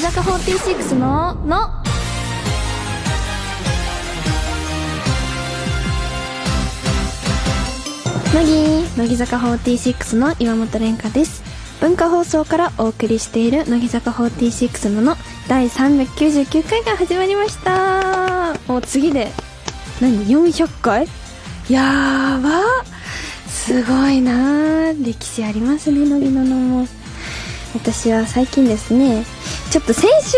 坂46のの乃木乃木坂46の岩本蓮香です文化放送からお送りしている乃木坂46のの第399回が始まりましたもう次で何400回やーばすごいなー歴史ありますね乃木ののも私は最近ですねちょっと先週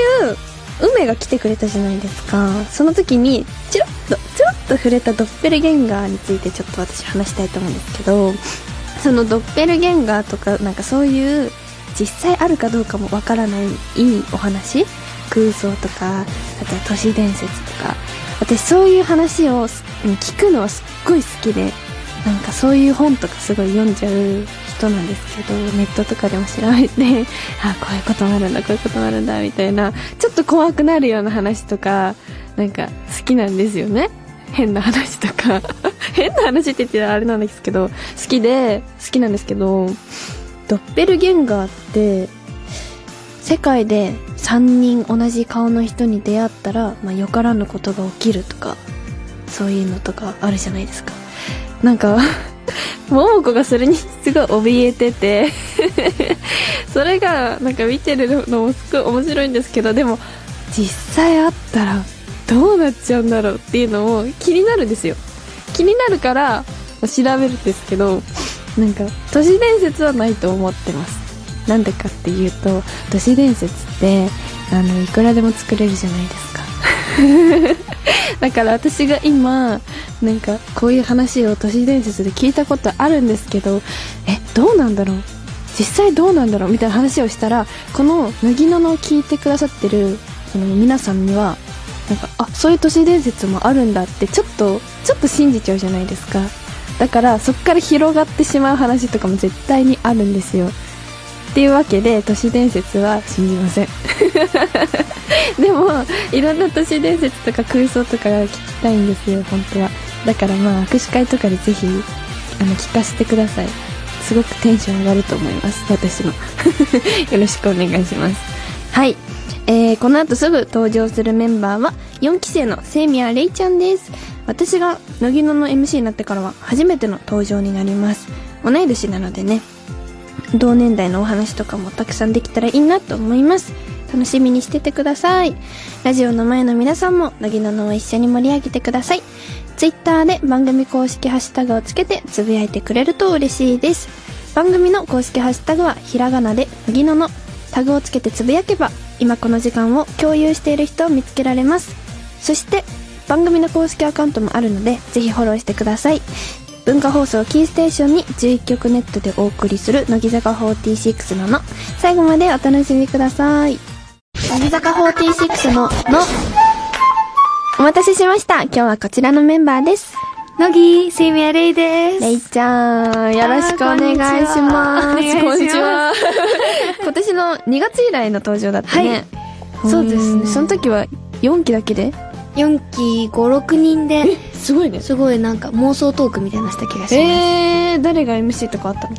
梅が来てくれたじゃないですかその時にチロッとチロッと触れたドッペルゲンガーについてちょっと私話したいと思うんですけどそのドッペルゲンガーとかなんかそういう実際あるかどうかもわからないいいお話空想とかあとは都市伝説とか私そういう話をす聞くのはすっごい好きでなんかそういう本とかすごい読んじゃう人なんですけどネットとかでも調べてあこういうこともあるんだこういうこともあるんだみたいなちょっと怖くなるような話とかなんか好きなんですよね変な話とか 変な話って言ってたらあれなんですけど好きで好きなんですけどドッペルゲンガーって世界で3人同じ顔の人に出会ったら、まあ、よからぬことが起きるとかそういうのとかあるじゃないですかなんか 桃子がそれにすごい怯えてて それがなんか見てるのもすごい面白いんですけどでも実際あったらどうなっちゃうんだろうっていうのも気になるんですよ気になるから調べるんですけどなんか都市伝説はないと思ってますなんでかっていうと都市伝説ってあのいくらでも作れるじゃないですかだから 私が今なんかこういう話を都市伝説で聞いたことあるんですけどえどうなんだろう実際どうなんだろうみたいな話をしたらこの「なぎのの」を聞いてくださってるその皆さんにはなんかあそういう都市伝説もあるんだってちょっとちょっと信じちゃうじゃないですかだからそっから広がってしまう話とかも絶対にあるんですよっていうわけで都市伝説は信じません でもいろんな都市伝説とか空想とか聞きたいんですよ本当はだからまあ握手会とかでぜひあの聞かせてくださいすごくテンション上がると思います私の よろしくお願いしますはいえー、この後すぐ登場するメンバーは4期生のセイミアレイちゃんです私が乃木野の MC になってからは初めての登場になります同い年なのでね同年代のお話とかもたくさんできたらいいなと思います楽しみにしててくださいラジオの前の皆さんも乃木ののを一緒に盛り上げてくださいツイッターで番組公式ハッシュタグをつけてつぶやいてくれると嬉しいです番組の公式ハッシュタグはひらがなで乃木ののタグをつけてつぶやけば今この時間を共有している人を見つけられますそして番組の公式アカウントもあるのでぜひフォローしてください文化放送キーステーションに11曲ネットでお送りする乃木坂46のの最後までお楽しみください乃木坂46ののお待たせしました今日はこちらのメンバーです乃木、セミアレイです。レイちゃんよろしくお願いしますあーこんにちは 今年の2月以来の登場だったね、はいそうですねんその時は4期だけで4期5、6人で、すごいねすごいなんか妄想トークみたいなのした気がします。えー、誰が MC とかあったの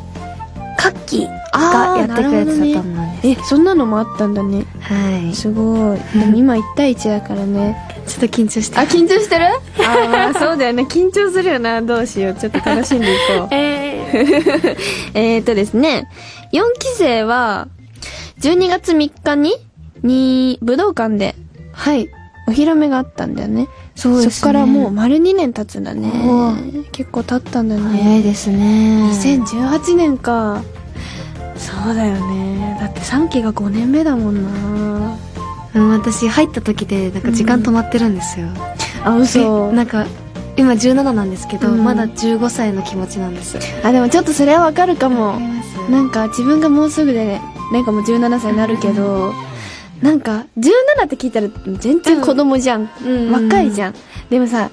カッキーあがーやってくれてたと思うんです。えそんなのもあったんだねはい。すごいでも今1対1だからねちょっと緊張して。あ、。緊張してるああ、そうだよね。緊張するよな。どうしよう。ちょっと楽しんでいこうえー、 えーとですね、4期生は、12月3日に、に、武道館で、はい、お披露目があったんだよね。そうですね。そっからもう、丸2年経つんだねお。結構経ったんだ早ね。いですね。 2018年か。そうだよね。だって3期が5年目だもんな。うん私入った時で、なんか時間止まってるんですよ。あ、嘘え。なんか、今17なんですけど、うんまだ15歳の気持ちなんです。あ、でもちょっとそれはわかるかもわか。りますなんか自分がもうすぐで、ね、なんかもう17歳になるけど、なんか17って聞いたら全然子供じゃん。うん若いじゃん。でもさ、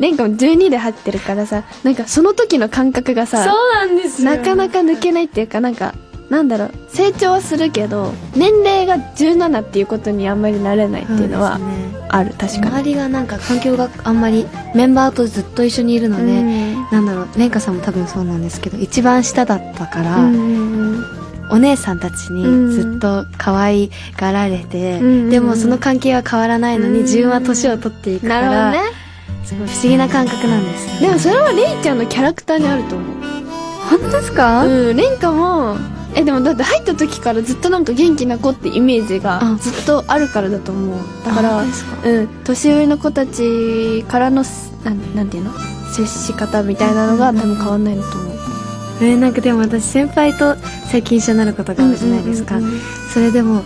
レンカも12で入ってるからさ、なんかその時の感覚がそうさ、なんですよなかなか抜けないっていうかなんか、なんだろう、成長はするけど、年齢が17っていうことにあんまりなれないっていうのはそうですねある、確か周に。りがなんか環境があんまりメンバーとずっと一緒にいるので、なんだろう蓮華さんも多分そうなんですけど一番下だったから、うんうんうんお姉さんたちうんにずっと可愛がられて、うんうんうんでもその関係は変わらないのに、うん自分は年を取っていくかなるほら、どねすごい不思議な感覚なんです。でもそれはレイちゃんのキャラクターにあると思う本当ですかうん、レンカも、え、でもだって入った時からずっとなんか元気な子ってイメージがあずっとあるからだと思う。だから本当、ですかうん、年上の子たちからのす、なん、なんていうの接し方みたいなのが多分変わんないのと思う。えーなんかでも私先輩と最近一緒になることが多いじゃないですか。うんうんそれでも、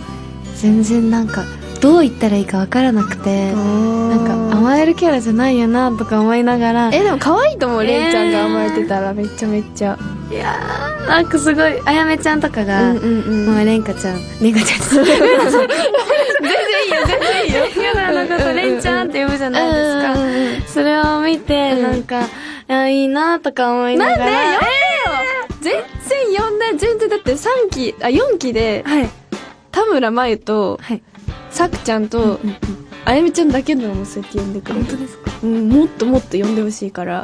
全然なんか、どう言ったらいいかわからなくて、うんなんか甘えるキャラじゃないよなとか思いながら、え、でも可愛いと思う、レイちゃんが甘えてたらめちゃめちゃ。いやー、なんかすごい、あやめちゃんとかが、うんうんうんもうレンカちゃん、レンカちゃんです。全いいよ、全然いいよ。然嫌なのこと、レンちゃんって呼ぶじゃないですか。なんそれを見て、うんなんか、あいいなとか思いながで呼んでよら。全然呼んで、全然だって3期、あ、4期で、ではい。田村真由と、はい。さくちゃんと、うんうんあやめちゃんだけなのそうやって呼んでくれ本る当ですかうんもっともっと呼んでほしいから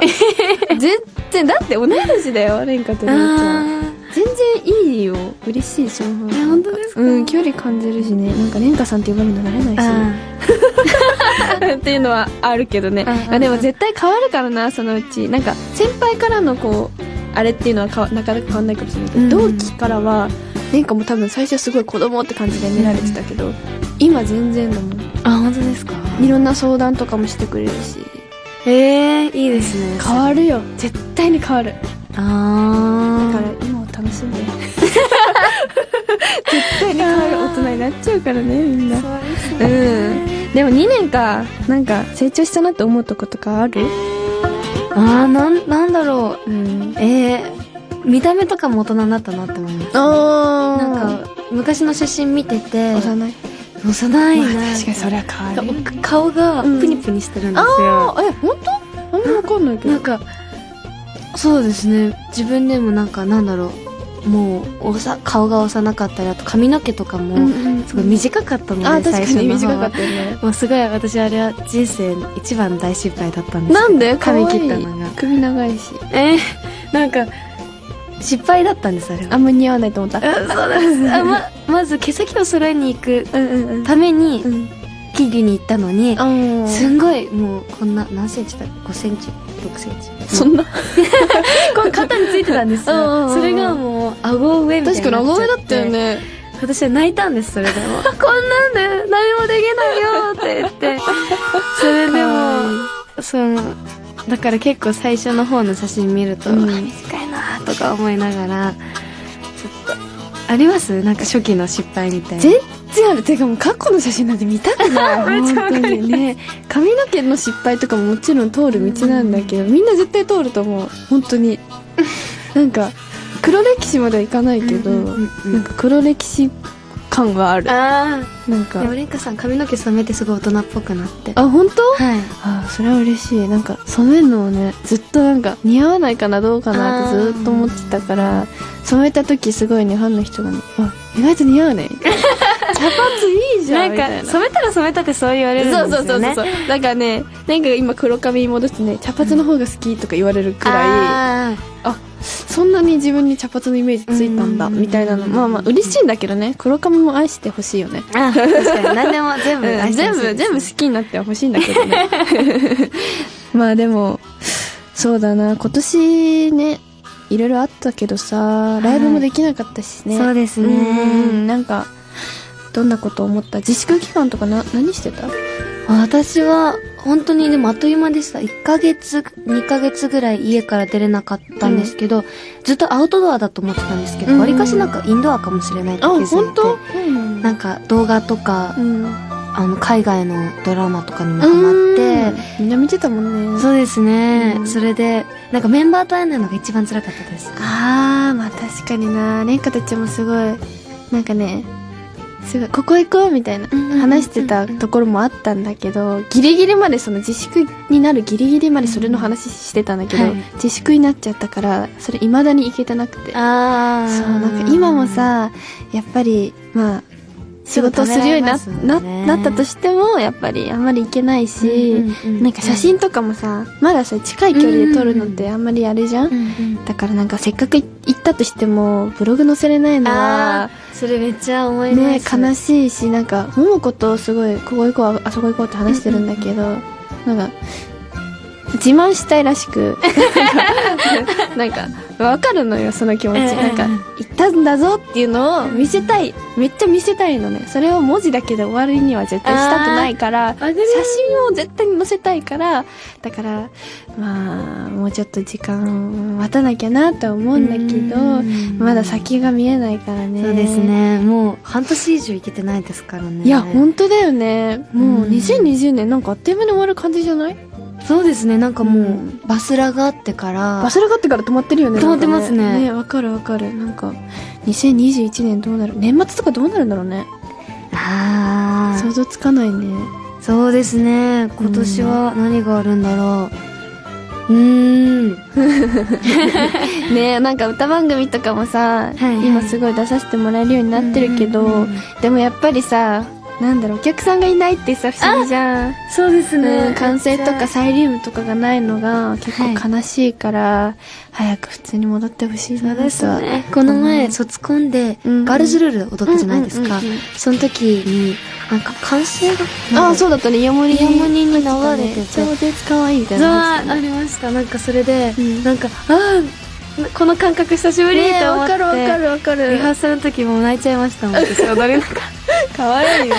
全然だって同い年だよ蓮華とありょうちゃんー全然いいよ嬉しいその方がえ本当ですかうん距離感じるしねなんか蓮華さんって呼ばれるの慣れなあいし っていうのはあるけどねうんうんうんまあでも絶対変わるからなそのうちなんか先輩からのこうあれっていうのはかわなかなか変わんないかもしれないけど、うん同期からは蓮華も多分最初すごい子供って感じで見られてたけど、今全然だもんー。あ、本当ですかいろんな相談とかもしてくれるしええー、いいですね。変わるよ絶対に変わるだあかーら。今を楽しんで 絶対に変わる大人になっちゃうからねみんなそうですうね。んでも2年かなんか成長したなって思うとことかあるあー、なん、なんだろう。うんえー、見た目とかも大人になったなって思います。あーなんか、昔の写真見てて、幼い幼いな。まあ確かにそりゃ変わるなんか顔がうんプニプニしてるんですよ。あーえ本当あんま分かんないけどなんか、そうですね。自分でもなんか、なんだろう。もう、おさ、顔が幼かったり、あと髪の毛とかうんも、うんすごい短かったので、あー確最か初のに方短はかったよねもうすごい私あれは人生一番大失敗だったんですけどなんで髪切った可愛いのが首長いしえー、なんか失敗だったんですあれはあんま似合わないと思ったうんそうですあままず毛先を揃えに行くうんうんうんためにうん切りに行ったのにあーすんごいもうこんな何センチだ5センチ6センチそんなこう肩についてたんですうんうんうんよそれがもう顎上みたいに確かになっちゃって顎上だったよね私は泣いたんですそれでも こんなんで何もできないよって言って それでもそのだから結構最初の方の写真見ると、うんあ短いなとか思いながらちょっとありますなんか初期の失敗みたいな全然あるてかもう過去の写真なんて見たく ないめっちゃわかる本当にね髪の毛の失敗とかももちろん通る道なんだけど、みんな絶対通ると思う本当になんか黒歴史まではいかないけど、うんうんうんなんか黒歴史感はあるあなんあでもかレンカさん髪の毛染めてすごい大人っぽくなってあ本当はいあそれは嬉しいなんか染めるのをねずっとなんか似合わないかなどうかなってあーずっと思ってたから染めた時すごいねファンの人がね「あ意外と似合う ね」みたいな茶髪いいじゃん」みたないんかな染めたら染めたってそう言われるんですそようねそうそうそうそうだからねなんか今黒髪に戻してね茶髪の方が好きとか言われるくらいあそんなに自分に茶髪のイメージついたんだうんみたいなのまあまあ嬉しいんだけどね黒髪も愛してほしいよねーあー確か に何でも全部うん愛して全ほしいですね、部全部好きになってほしいんだけど ねまあでもそうだな今年ねいろいろあったけどさライブもできなかったしね、そうですうね、んうんなんかどんなこと思った自粛期間とかな何してた私は本当にでもあっという間でした1ヶ月2ヶ月ぐらい家から出れなかったんですけど、ずっとアウトドアだと思ってたんですけうどんわり、かしなんかインドアかもしれないってあ気づいて本当なんか動画とか、うんあの海外のドラマとかにもハマっててみんな見てたもんねそうですね、うんそれでなんかメンバーと会えないのが一番辛かったですあーまあ確かにな蓮華たちもすごいなんかねすごいここ行こうみたいな話してたところもあったんだけどギリギリまでその自粛になるギリギリまでそれの話してたんだけど、はい自粛になっちゃったからそれ未だに行けてなくてあそうなんか今もさやっぱりまあ仕事をするようにな,、すぐ食べなられますもんねなったとしてもやっぱりあんまり行けないし、なんか写真とかもさまださ近い距離で撮るのってあんまりあれじゃん、だからなんかせっかくい行ったとしてもブログ載せれないのあはーそれめっちゃ思いまねす悲しいしなんか桃子とすごいここ行こうあそこ行こうって話してるんだけど、なんか自慢したいらし くなんかわかるのよその気持ち、うんうんうんなんか行ったんだぞっていうのを見せたいめっちゃ見せたいのねそれを文字だけで終わりには絶対したくないからあ写ー真を絶対に載せたいからだからまあもうちょっと時間待たなきゃなとは思うんだけどうんまだ先が見えないからねそうですねもう半年以上いけてないですからねいや、本当だよね。もううん2020年なんかあっという間に終わる感じじゃないそうですねなんかもう、うんバスラがあってからバスラがあってから止まってるよね。止まってますねなんかね、わかるわかる。なんか、2021年どうなる年末とかどうなるんだろうね。ああ想像つかないね。そうですね今年は何があるんだろううーん ねえ、なんか歌番組とかもさ、はいはい今すごい出させてもらえるようになってるけど、うんうんうんでもやっぱりさ、なんだろう、お客さんがいないってさ、不思議じゃん。そうですうねん、完成とかサイリウムとかがないのが結構悲しいから、早く普通に戻ってほしいそなうとはですねこのう前ん卒コンでうんガールズルール踊ったじゃないですかうんうんうんうんその時になんか完成がああ、そううだったね。ヤモリ。ヤモリに流れてて超絶可愛いみたいなあやつだね。ありましたなんかそれで、うんなんかああこの感覚久しぶりねえと思って、るわかリハーサルの時も泣いちゃいましたも ん私踊れなかった可愛いね。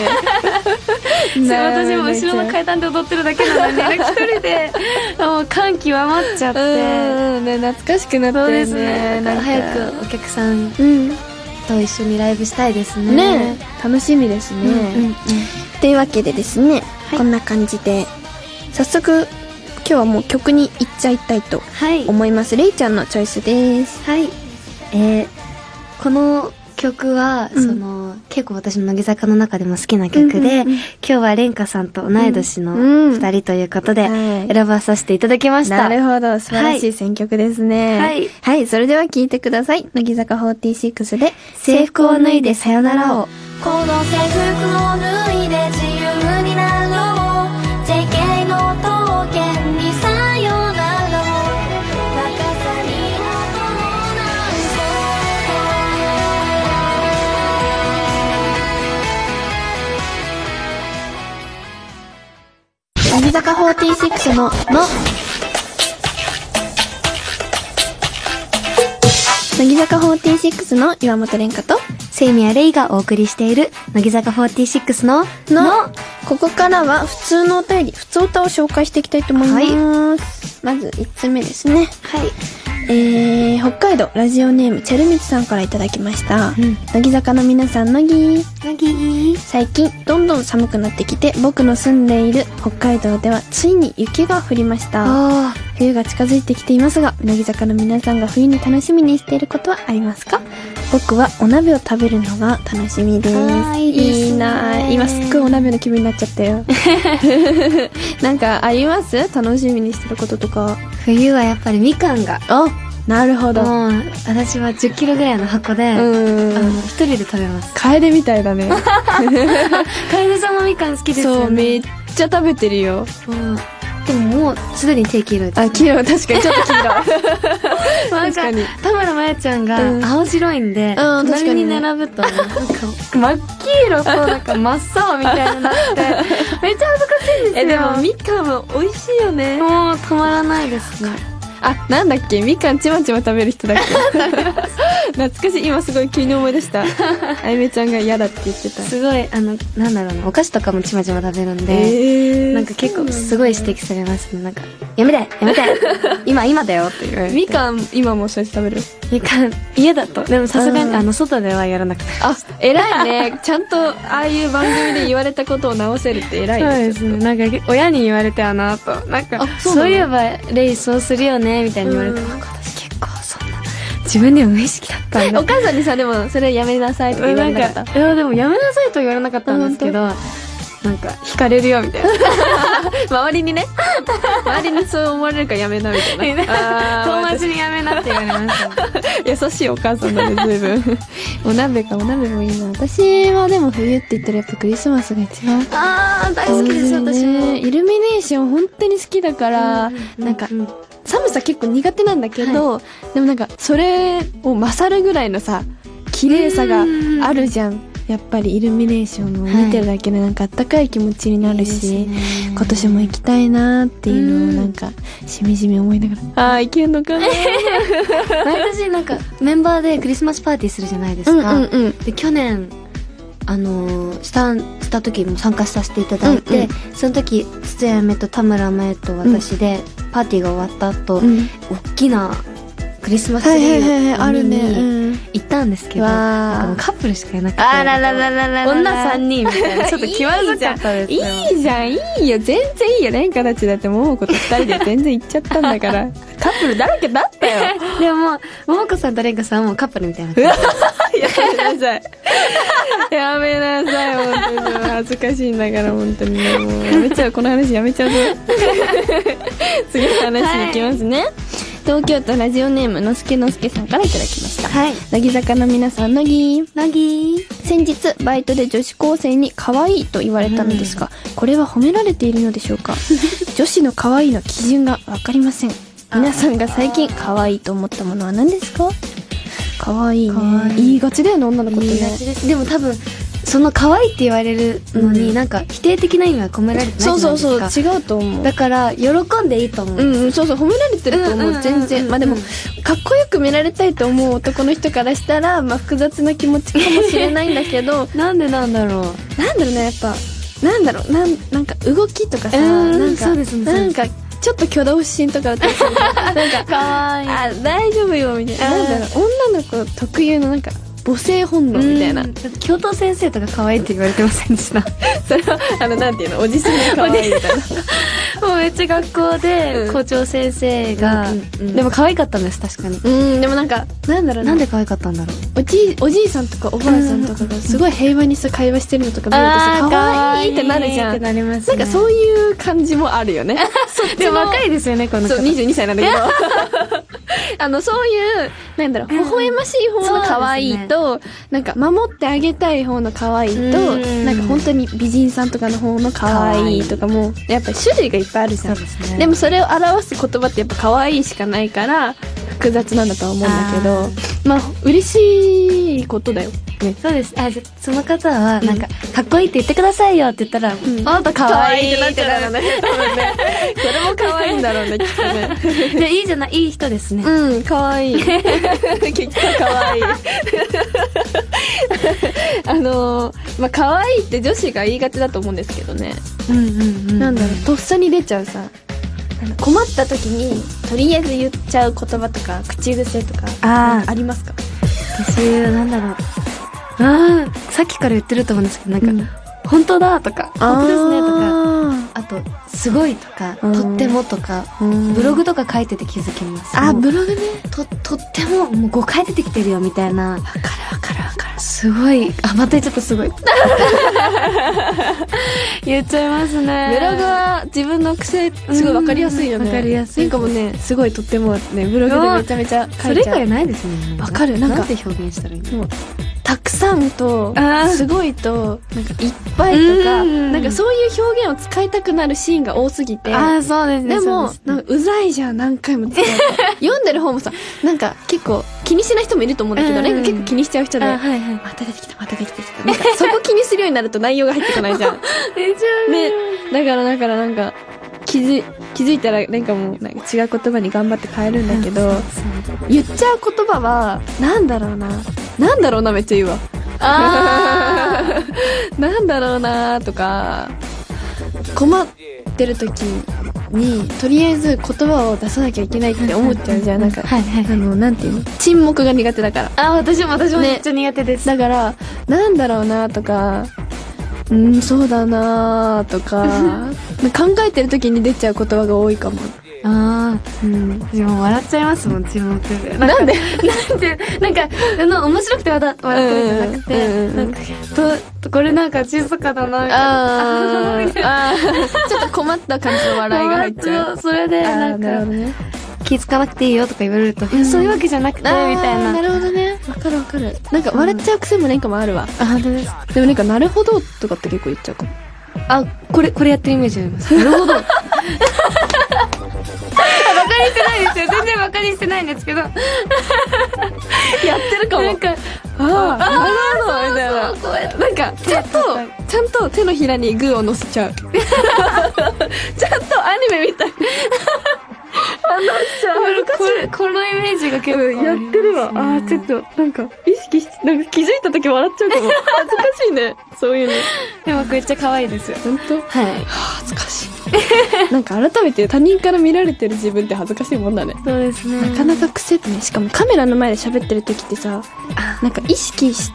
そう私も後ろの階段で踊ってるだけなのになんか一人でもう感極まっちゃっ うてんうんね、懐かしくなったよそうね。ですねなんか早く。くお客さんうん。と一緒にライブしたいですねねえ楽しみですうんうんうね。んというわけでですね、こんな感じで、早速、今日はもう曲に行っちゃいたいとはい思います。レイちゃんのチョイスです。はいえーこの曲は、うんその結構私の乃木坂の中でも好きな曲で、うんうんうん今日は蓮華さんと同い年のうん2人ということで、はい選ばさせていただきましたなるほど、素晴らしい選曲ですね。はいはい、それでは聴いてください。乃木坂46で、制服を脱いでさよならを。この制服を脱いで自由になろう JK の刀剣にさよならを若さに乃木坂46の、の、乃木坂46の岩本蓮香と、セイミアレイがお送りしている乃木坂46のの、ここからは普通のお便り、普通歌を紹介していきたいと思います。まず1つ目ですね。はいえー、北海道ラジオネームチェルミツさんからいただきました。うん乃木坂の皆さん、乃木乃木最近どんどん寒くなってきて僕の住んでいる北海道ではついに雪が降りましたああ冬が近づいてきていますが乃木坂の皆さんが冬に楽しみにしていることはありますか僕はお鍋を食べるのが楽しみですあーいいですねいいなあ今すっごいお鍋の気分になっちゃったよ なんかあります楽しみにしてることとか冬はやっぱりみかんがあなるほどもう私は1 0キロぐらいの箱で、うあのん一人で食べますカエデみたいだ ね楓さんもみかん好きですそようめねっちゃ食べてるよそうでももうすでに手黄色いですあ黄色い確かにちょっと黄 色いなん確かに田村真也ちゃんうんが青白いんで、うん確かにね隣に並ぶとなんか真っ黄色となんか真っ青みたいにな ってめっちゃ恥ずかしいんですよえでもみかんも美味しいよねもう止まらないですねあなんだっけみかんちまちま食べる人だっ け懐かしい今すごい急に思い出したあゆめちゃんが嫌だって言ってたすごいあのなんだろうなお菓子とかもちまちま食べるんで、えなんか結構すごい指摘されますねなんか「やめてや めて今今だよ」って言われてみかん今もそうやって食べるみかん家だとでもさすがうにんあの外ではやらなくてあ偉いねちゃんとああいう番組で言われたことを直せるって偉いそうねですねなんか親に言われてあの後なんかあそそううなのいえばレイそうするよねみたいに言われて、うんなんか私結構そんな自分でも無意識だったんだお母さんにさでもそれやめなさいとか言わなれんなかったかいやでもやめなさいとは言われなかったんですけどなんか惹かれるよみたいな周りに ね周りにそう思われるからやめなみたいな あー友達にやめなって言われました優しいお母さんだね随 分お鍋かお鍋もいいな私はでも冬って言ったらやっぱクリスマスが一番ああ大好きです私も、ねイルミネーション本当に好きだから、なんかうん寒さ結構苦手なんだけど、でもなんかそれを勝るぐらいのさ綺麗さがあるじゃんやっぱりイルミネーションを見てるだけでなんかあったかい気持ちになるし、今年も行きたいなーっていうのをなんかしみじみ思いながら、ああ行けんのかな毎年なんかメンバーでクリスマスパーティーするじゃないですか、うんで去年あのーしたした時も参加させていただいて、その時筒谷めと田村真由と私で、パーティーが終わった後、うん大きなクリスマスはツいリはいはいはいーあを見るね、にうん、行ったんですけど、わーなんかもうカップルしかいなくてららら女女3 3人人みたいなちょっと気まずかったですいよいじゃんいいよ全然いいよ蓮華たちだって桃子と二人で全然行っちゃったんだから カップルだらけだったよでももう桃子さんと蓮華さんはもうカップルみたいな感 じやめなさい。やめなさい、本当に。恥ずかしいんだから、本当にね。もうやめちゃう、この話やめち ゃうぞ。次の話いきますね。東京都ラジオネームのすけのすけさんからいただきましたはい乃木坂の皆さん乃木乃木先日バイトで女子高生に可愛いと言われたのですが、これは褒められているのでしょうか女子の可愛いの基準がわかりません皆さんが最近可愛いと思ったものは何ですか可愛いね可愛い言いがちだよね女の子って言いねがちですでも多分その可愛いって言われるのに、なんか否定的な意味は込められてないじゃそなういですかそうそう違うと思うだから喜んでいいと思う、うんうん、そうそう褒められてると思う,、うんうんうん全然まあでもかっこよく見られたいと思う男の人からしたら、まあ、複雑な気持ちかもしれないんだけどなんでなんだろうなんだろうねやっぱなんだろうなんなんか動きとかさ、うんなんかそうですねそうなんですかちょっと挙動不審とか私 なんか可愛あ大丈夫よみたいなうんなんだろう女の子特有のなんか母性本能みみたたいいな、な教頭先生とか可愛いって言われてませんでしたそれは、あの、なんていうの、おじさんに可愛いみたいな。 もうめっちゃ学校で校長先生が、うんうんうんでも可愛かったんです確かに、うんでもなんかなんだろうなんで可愛かったんだろうおじいおじいさんとかおばあさんとかがすごい平和にさ会話してるのとか見るとさ可愛いってなるじゃんなります、なんかそういう感じもあるよね。でも若いですよねこのそう、方22歳なんだけど。 あの、そういう、なんだろう、微笑ましい方の可愛いと、なんか守ってあげたい方の可愛いと、うんなんか本当に美人さんとかの方の可愛いとかも、やっぱり種類がいっぱいあるじゃん。そうですねでもそれを表す言葉ってやっぱ可愛いしかないから、複雑なんだとは思うんだけど、まあ、嬉しいことだよ。ね。そうですあじゃあその方はなんか、かっこいいって言ってくださいよって言ったら、んあんた可愛いってなっちゃうからね。多分ね。 それも可愛いんだろうね、きっとね。でいいじゃないいい人ですね、うん、可愛 い。結果可愛い。 あのー、まあ、可愛いって女子が言いがちだと思うんですけどね。うんうんうんなんだろうとっさに出ちゃうさあの困った時にとりあえず言っちゃう言葉とか口癖とかあありますかあ私なんだろうああさっきから言ってると思うんですけどなんか、本当だとか本当ですねとかかあと「すごい」とか「うんとっても」とかブログとか書いてて気づきますあもうブログねととってももう誤解出てきてるよみたいなわかるわかるわかるすごいあまた言っちゃったすごい言っちゃいますねブログは自分の癖すごいわかりやすいよねうんわかりやすいなんかもうねすごいとってもねブログでめちゃめちゃ書そいれ以ちゃ外うないですねわかるななんんかて表現したらいいのもうたくさんとあーすごいとなんかいっぱいとかうんなんかそういう表現を使いたくなるシーンが多すぎてあそうですでも、ななんんかうざいじゃん、何回 も使う。読んでる方もさ、なんか結構気にしない人もいると思うんだけど、うんレンガ結構気にしちゃう人で、あまはいはいた出てきた、また出てきた。なんかそこ気にするようになると内容が入ってこないじゃん。めちゃね、だからだからなんか、気づい、気づいたら、なんかもう、なんか違う言葉に頑張って変えるんだけど、 言っちゃう言葉は、なんだろうな。なんだろうな、めっちゃ言うわ。あ なんだろうなとか、困ってる時に、とりあえず言葉を出さなきゃいけないって思っちゃうじゃん。なんか、はいはいあの、なんていうの沈黙が苦手だから。あ私も私もねめっちゃ苦手です、だから、なんだろうなとか、 うん、そうだなとか、考えてる時に出ちゃう言葉が多いかも。ああ、うん。私もう笑っちゃいますもん、注目で。なんかなんでなんて、なんか、あの、面白くて笑笑ってるんじゃなくうんて、うんなんか、と、これなんか静かだな、みたいな。あーあー、ちょっと困った感じの笑いが入っちゃう。う。それで、なんあーなるかほ、どね。気づかなくていいよとか言われると、そういうわけじゃなくて、みたいあーな。るほどね。わかるわかる。なんか笑っちゃう癖もなんかもあるわ。あ、本当です。でもなんか、なるほどとかって結構言っちゃうかも。あ、これ、これやってるイメージあります。なるほど。バカにしてないですよ。全然バカにしてないんですけど。やってるかも。なんか、ああ、そうみたいな。こうやって、なんか、ちゃんと、ちゃんと手のひらにグーを乗 せちゃう。ちゃんとアニメみたい。これ、このイメージが結構ありますね、ああ、ちょっと、なんか、意識し、なんか気づいた時笑っちゃうかも。恥ずかしいね。そういうの。でもめっちゃ可愛いですよ。本当はい。恥ずかしい。なんか改めて他人から見られてる自分って恥ずかしいもんだね。そうですね。なかなか癖ってね、しかもカメラの前で喋ってる時ってさ、なんか意識し、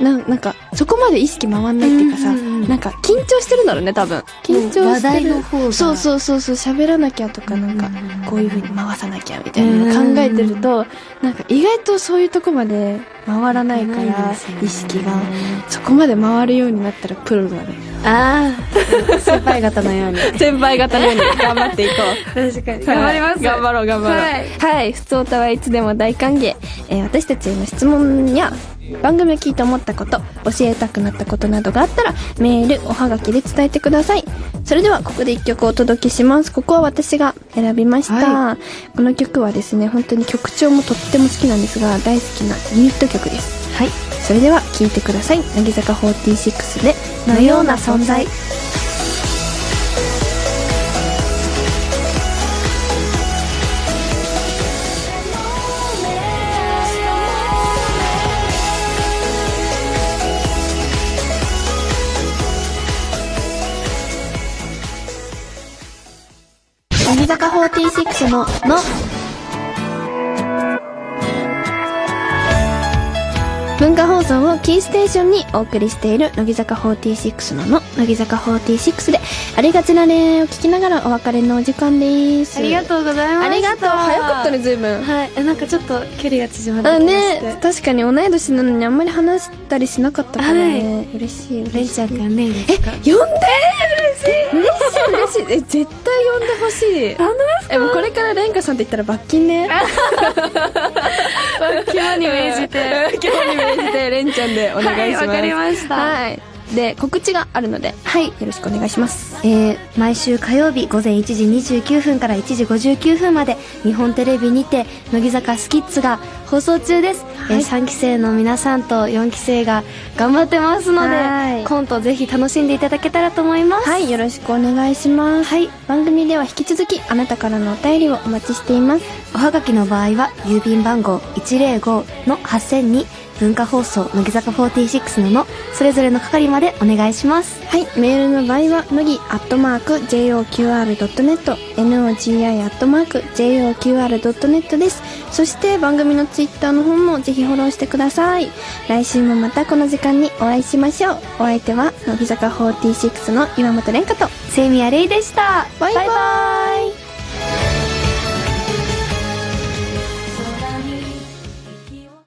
なんなんか、そこまで意識回んないっていうかさ、うんうんうんなんか緊張してるんだろうね、多分。緊張してる。話題の方が。そうそうそうそう、喋らなきゃとか、なんか、こういう風に回さなきゃみたいなうのん考えてると、なんか意外とそういうとこまで回らないかないらですよ、ね意識が。そこまで回るようになったらプロだね。ああ、先輩方のように。 先輩方のように頑張っていこう。確かに。頑張ります。頑張ろう頑張ろうはいはい、普通歌はいつでも大歓迎、えー私たちへの質問や番組を聞いて思ったこと教えたくなったことなどがあったらメールおはがきで伝えてくださいそれではここで一曲お届けしますここは私が選びました、はこの曲はですね本当に曲調もとっても好きなんですが大好きなユニット曲ですはい。それでは聴いてください乃木坂46で「のような存在」乃木坂46の「の」文化放送をキーステーションにお送りしている乃木坂46のの乃木坂46でありがちな恋愛を聞きながらお別れのお時間ですありがとうございます。ありがとう早かったね。随分はい。えなんかちょっと距離が縮まあってきましねて。確かに同い年なのにあんまり話したりしなかったからね、嬉しい嬉しいレンちゃんからね、いいでえすか呼んで嬉しい嬉しい嬉しいえ絶対呼んでほしい本当ですえもうこれからレンカさんって言ったら罰金 ねか肝に銘じて。今日に命じてレンちゃんでお願いしますはいわかりましたはいで告知があるのではいよろしくお願いしますえー毎週火曜日午前1時29分から1時59分まで日本テレビにて乃木坂スキッズが放送中です、えー3期生の皆さんと4期生が頑張ってますのはいでコントぜひ楽しんでいただけたらと思いますはい、よろしくお願いします。はい、番組では引き続きあなたからのお便りをお待ちしています。おはがきの場合は郵便番号105の8000に文化放送乃木坂46ののそれぞれの係までお願いしますはい、メールの場合は、のぎ、アットマーク、joqr.net、nogi、アットマーク、joqr.net です。そして、番組のツイッターの方もぜひフォローしてください。来週もまたこの時間にお会いしましょう。お相手は、乃木坂46の岩本蓮香と、セミアレイでしたバイバイ